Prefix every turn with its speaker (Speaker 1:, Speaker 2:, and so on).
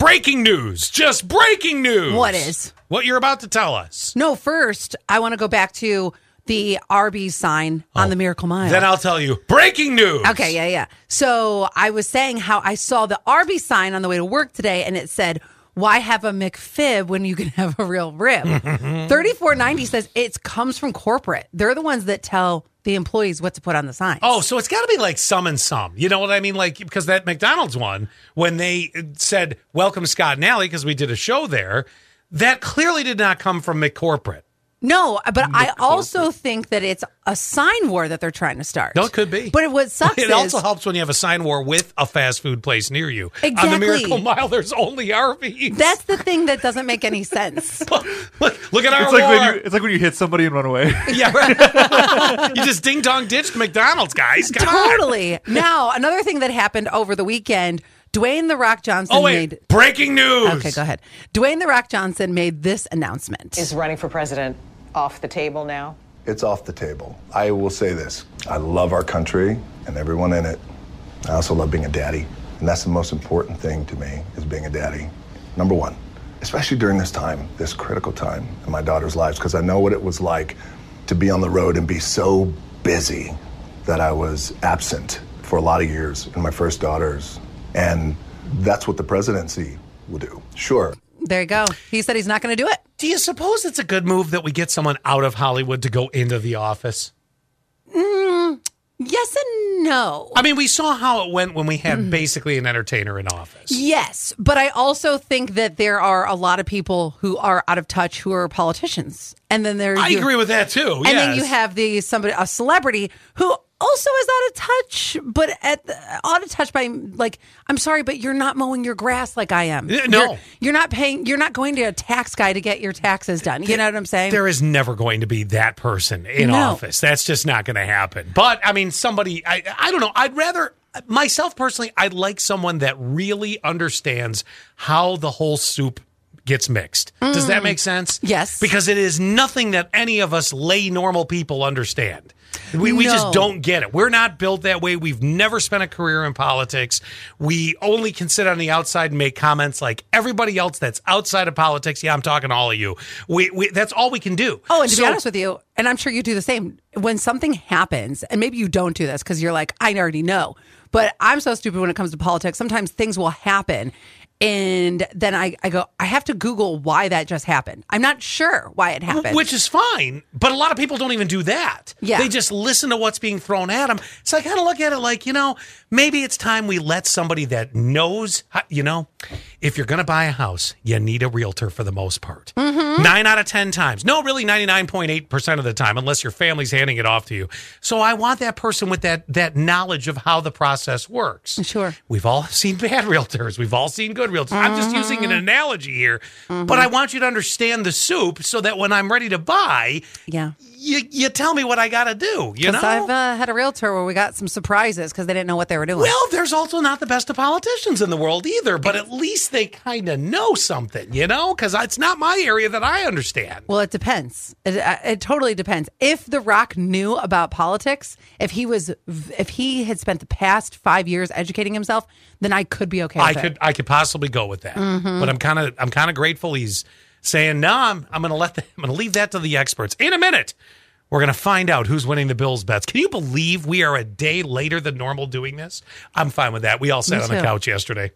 Speaker 1: Breaking news. Just breaking news.
Speaker 2: What is?
Speaker 1: What you're about to tell us.
Speaker 2: No, first, I want to go back to the Arby's sign on the Miracle Mile.
Speaker 1: Oh. Then I'll tell you. Breaking news.
Speaker 2: Okay, yeah, yeah. So I was saying how I saw the Arby sign on the way to work today, and it said, "Why have a McFib when you can have a real rib?" Thirty four ninety says it comes from corporate. They're the ones that tell the employees what to put on the sign.
Speaker 1: Oh, so it's got to be like some and some. You know what I mean? Like because that McDonald's one, when they said "Welcome Scott and Allie," because we did a show there, that clearly did not come from McCorporate.
Speaker 2: No, but I also think that it's a sign war that they're trying to start.
Speaker 1: No, it could be.
Speaker 2: But what sucks
Speaker 1: It
Speaker 2: is
Speaker 1: also helps when you have a sign war with a fast food place near you. On the
Speaker 2: Exactly.
Speaker 1: Miracle Mile, there's only Arby's.
Speaker 2: that's the thing that doesn't make any sense.
Speaker 1: look, look at our
Speaker 3: It's like,
Speaker 1: war.
Speaker 3: when you, it's like when you hit somebody and run away.
Speaker 1: yeah, right. you just ding dong ditched McDonald's, guys. Come on.
Speaker 2: totally. Now, another thing that happened over the weekend, Dwayne the Rock Johnson
Speaker 1: Oh wait,
Speaker 2: made
Speaker 1: breaking news.
Speaker 2: Okay, go ahead. Dwayne The Rock Johnson made this announcement.
Speaker 4: Is running for president off the table now?
Speaker 5: It's off the table. I will say this I love our country and everyone in it. I also love being a daddy. And that's the most important thing to me is being a daddy. Number one, especially during this time, this critical time in my daughter's lives, because I know what it was like to be on the road and be so busy that I was absent for a lot of years in my first daughter's. And that's what the presidency will do. Sure.
Speaker 2: There you go. He said he's not going to do it.
Speaker 1: Do you suppose it's a good move that we get someone out of Hollywood to go into the office?
Speaker 2: Yes and no.
Speaker 1: I mean, we saw how it went when we
Speaker 2: Mm-hmm.
Speaker 1: had basically an entertainer in office.
Speaker 2: Yes, but I also think that there are a lot of people who are out of touch who are politicians. And then there
Speaker 1: I
Speaker 2: you-
Speaker 1: agree with that too.
Speaker 2: And then you have the somebody a celebrity who also is out of touch, but at the, out of touch by like I'm sorry, but you're not mowing your grass like I am.
Speaker 1: Yeah, no.
Speaker 2: You're, you're not paying you're not going to a tax guy to get your taxes done. You know what I'm saying?
Speaker 1: there is never going to be that person in
Speaker 2: No.
Speaker 1: office. That's just not going to happen. But I mean, somebody, I, I don't know. I'd rather, myself personally, I'd like someone that really understands how the whole soup gets mixed. Does
Speaker 2: Mm.
Speaker 1: that make sense?
Speaker 2: Yes.
Speaker 1: Because it is nothing that any of us lay normal people understand. We, we just
Speaker 2: No.
Speaker 1: don't get it. We're not built that way. We've never spent a career in politics. We only can sit on the outside and make comments like everybody else that's outside of politics. Yeah, I'm talking to all of you. We, we that's all we can do.
Speaker 2: Oh, and to
Speaker 1: So-
Speaker 2: be honest with you, and I'm sure you do the same. When something happens, and maybe you don't do this because you're like, I already know, but I'm so stupid when it comes to politics. Sometimes things will happen. And then I, I go, I have to Google why that just happened. I'm not sure why it happened.
Speaker 1: Which is fine, but a lot of people don't even do that.
Speaker 2: Yeah.
Speaker 1: They just listen to what's being thrown at them. So I kind of look at it like, you know, maybe it's time we let somebody that knows, how, you know, if you're going to buy a house, you need a realtor for the most part.
Speaker 2: Mm-hmm.
Speaker 1: Nine out of 10 times. No, really 99.8% of the time, unless your family's handing it off to you. So I want that person with that, that knowledge of how the process works.
Speaker 2: Sure.
Speaker 1: We've all seen bad realtors. We've all seen good realtors. I'm just using
Speaker 2: Mm-hmm.
Speaker 1: an analogy here, but I want you to understand the soup so that when I'm ready to buy,
Speaker 2: yeah.
Speaker 1: you, you tell me what I got to do. You know?
Speaker 2: Because I've uh, had a realtor where we got some surprises because they didn't know what they were doing.
Speaker 1: well, there's also not the best of politicians in the world either, but at least they kind of know something, you know? Because it's not my area that I understand.
Speaker 2: Well, it depends. It, uh, it totally depends. If The Rock knew about politics, if he was, if he had spent the past five years educating himself, then I could be okay. With
Speaker 1: I
Speaker 2: it. Mm-hmm.
Speaker 1: could I could possibly go with that, but I'm kind of I'm kind of grateful he's saying no. I'm I'm gonna let the, I'm gonna leave that to the experts. In a minute, we're gonna find out who's winning the Bills bets. Can you believe we are a day later than normal doing this? I'm fine with that. We all sat
Speaker 2: Me
Speaker 1: on the
Speaker 2: too.
Speaker 1: couch yesterday.